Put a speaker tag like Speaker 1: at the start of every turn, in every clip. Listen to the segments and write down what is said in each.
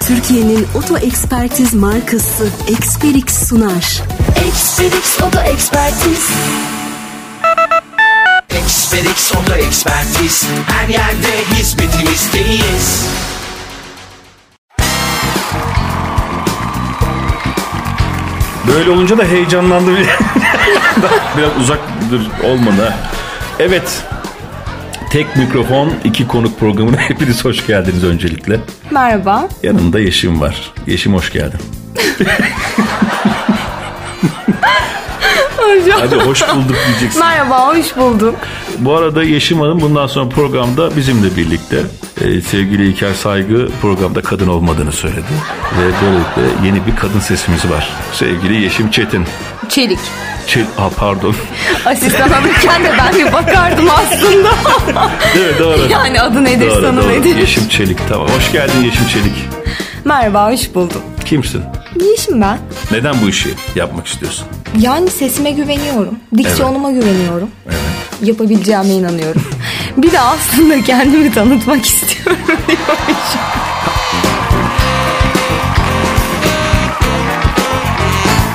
Speaker 1: Türkiye'nin oto ekspertiz markası Experix sunar.
Speaker 2: Experix Oto Ekspertiz
Speaker 3: Experix Oto Ekspertiz Her yerde hizmetinizdeyiz
Speaker 4: Böyle olunca da heyecanlandı bir. Biraz uzak dur olmadı. ha. Evet. Tek mikrofon, iki konuk programına hepiniz hoş geldiniz öncelikle.
Speaker 5: Merhaba.
Speaker 4: Yanımda Yeşim var. Yeşim hoş geldin.
Speaker 5: Hocam.
Speaker 4: Hadi hoş bulduk diyeceksin.
Speaker 5: Merhaba, hoş bulduk.
Speaker 4: Bu arada Yeşim Hanım bundan sonra programda bizimle birlikte. Ee, sevgili İlker Saygı programda kadın olmadığını söyledi. Ve böylelikle yeni bir kadın sesimiz var. Sevgili Yeşim Çetin.
Speaker 5: Çelik.
Speaker 4: Çel ha, pardon.
Speaker 5: Asistan alırken de ben bir bakardım aslında.
Speaker 4: Evet doğru.
Speaker 5: yani adı nedir,
Speaker 4: Doğru,
Speaker 5: sanı
Speaker 4: doğru.
Speaker 5: nedir?
Speaker 4: Yeşim Çelik tamam. Hoş geldin Yeşim Çelik.
Speaker 5: Merhaba, hoş buldum.
Speaker 4: Kimsin?
Speaker 5: Yeşim ben.
Speaker 4: Neden bu işi yapmak istiyorsun?
Speaker 5: Yani sesime güveniyorum. Diksiyonuma güveniyorum. Yapabileceğime inanıyorum. bir de aslında kendimi tanıtmak istiyorum diyormuşum.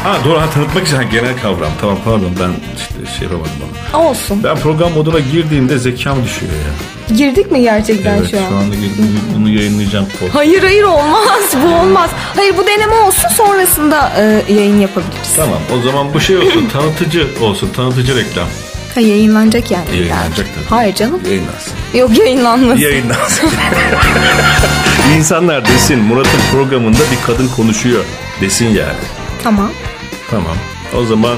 Speaker 4: Ha doğru ha, tanıtmak için ha, genel kavram. Tamam pardon ben işte şey yapamadım onu.
Speaker 5: Olsun.
Speaker 4: Ben program moduna girdiğimde zekam düşüyor ya.
Speaker 5: Girdik mi gerçekten
Speaker 4: evet
Speaker 5: şu an?
Speaker 4: anda girdim, bunu yayınlayacağım.
Speaker 5: Hayır hayır olmaz. Bu olmaz. Hayır bu deneme olsun sonrasında e, yayın yapabiliriz.
Speaker 4: Tamam o zaman bu şey olsun tanıtıcı olsun tanıtıcı reklam.
Speaker 5: Ha, yayınlanacak yani.
Speaker 4: Yayınlanacak tabii.
Speaker 5: Hayır canım.
Speaker 4: Yayınlansın.
Speaker 5: Yok yayınlanmasın.
Speaker 4: Yayınlansın. İnsanlar desin Murat'ın programında bir kadın konuşuyor desin yani.
Speaker 5: Tamam.
Speaker 4: Tamam. O zaman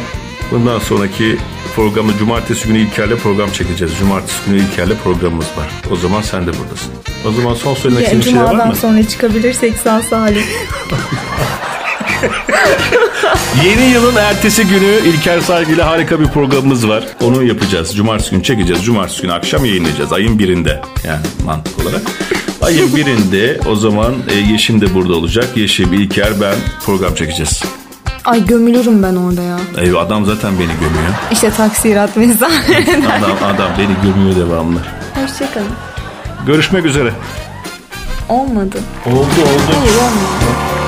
Speaker 4: bundan sonraki programda cumartesi günü İlker'le program çekeceğiz. Cumartesi günü İlker'le programımız var. O zaman sen de buradasın. O zaman son söylemek
Speaker 5: Ya,
Speaker 4: istediğin bir şey var
Speaker 5: Cuma'dan
Speaker 4: mı?
Speaker 5: sonra çıkabilirsek sağ salim.
Speaker 4: Yeni yılın ertesi günü İlker Saygı'yla harika bir programımız var. Onu yapacağız. Cumartesi günü çekeceğiz. Cumartesi günü akşam yayınlayacağız. Ayın birinde. Yani mantık olarak. Ayın birinde o zaman e, Yeşim de burada olacak. Yeşim, İlker, ben program çekeceğiz.
Speaker 5: Ay gömülürüm ben orada ya.
Speaker 4: Ey adam zaten beni gömüyor.
Speaker 5: İşte taksirat vesaire.
Speaker 4: Adam, adam beni gömüyor devamlı.
Speaker 5: Hoşçakalın.
Speaker 4: Görüşmek üzere.
Speaker 5: Olmadı.
Speaker 4: Oldu oldu.
Speaker 5: Hayır olmadı.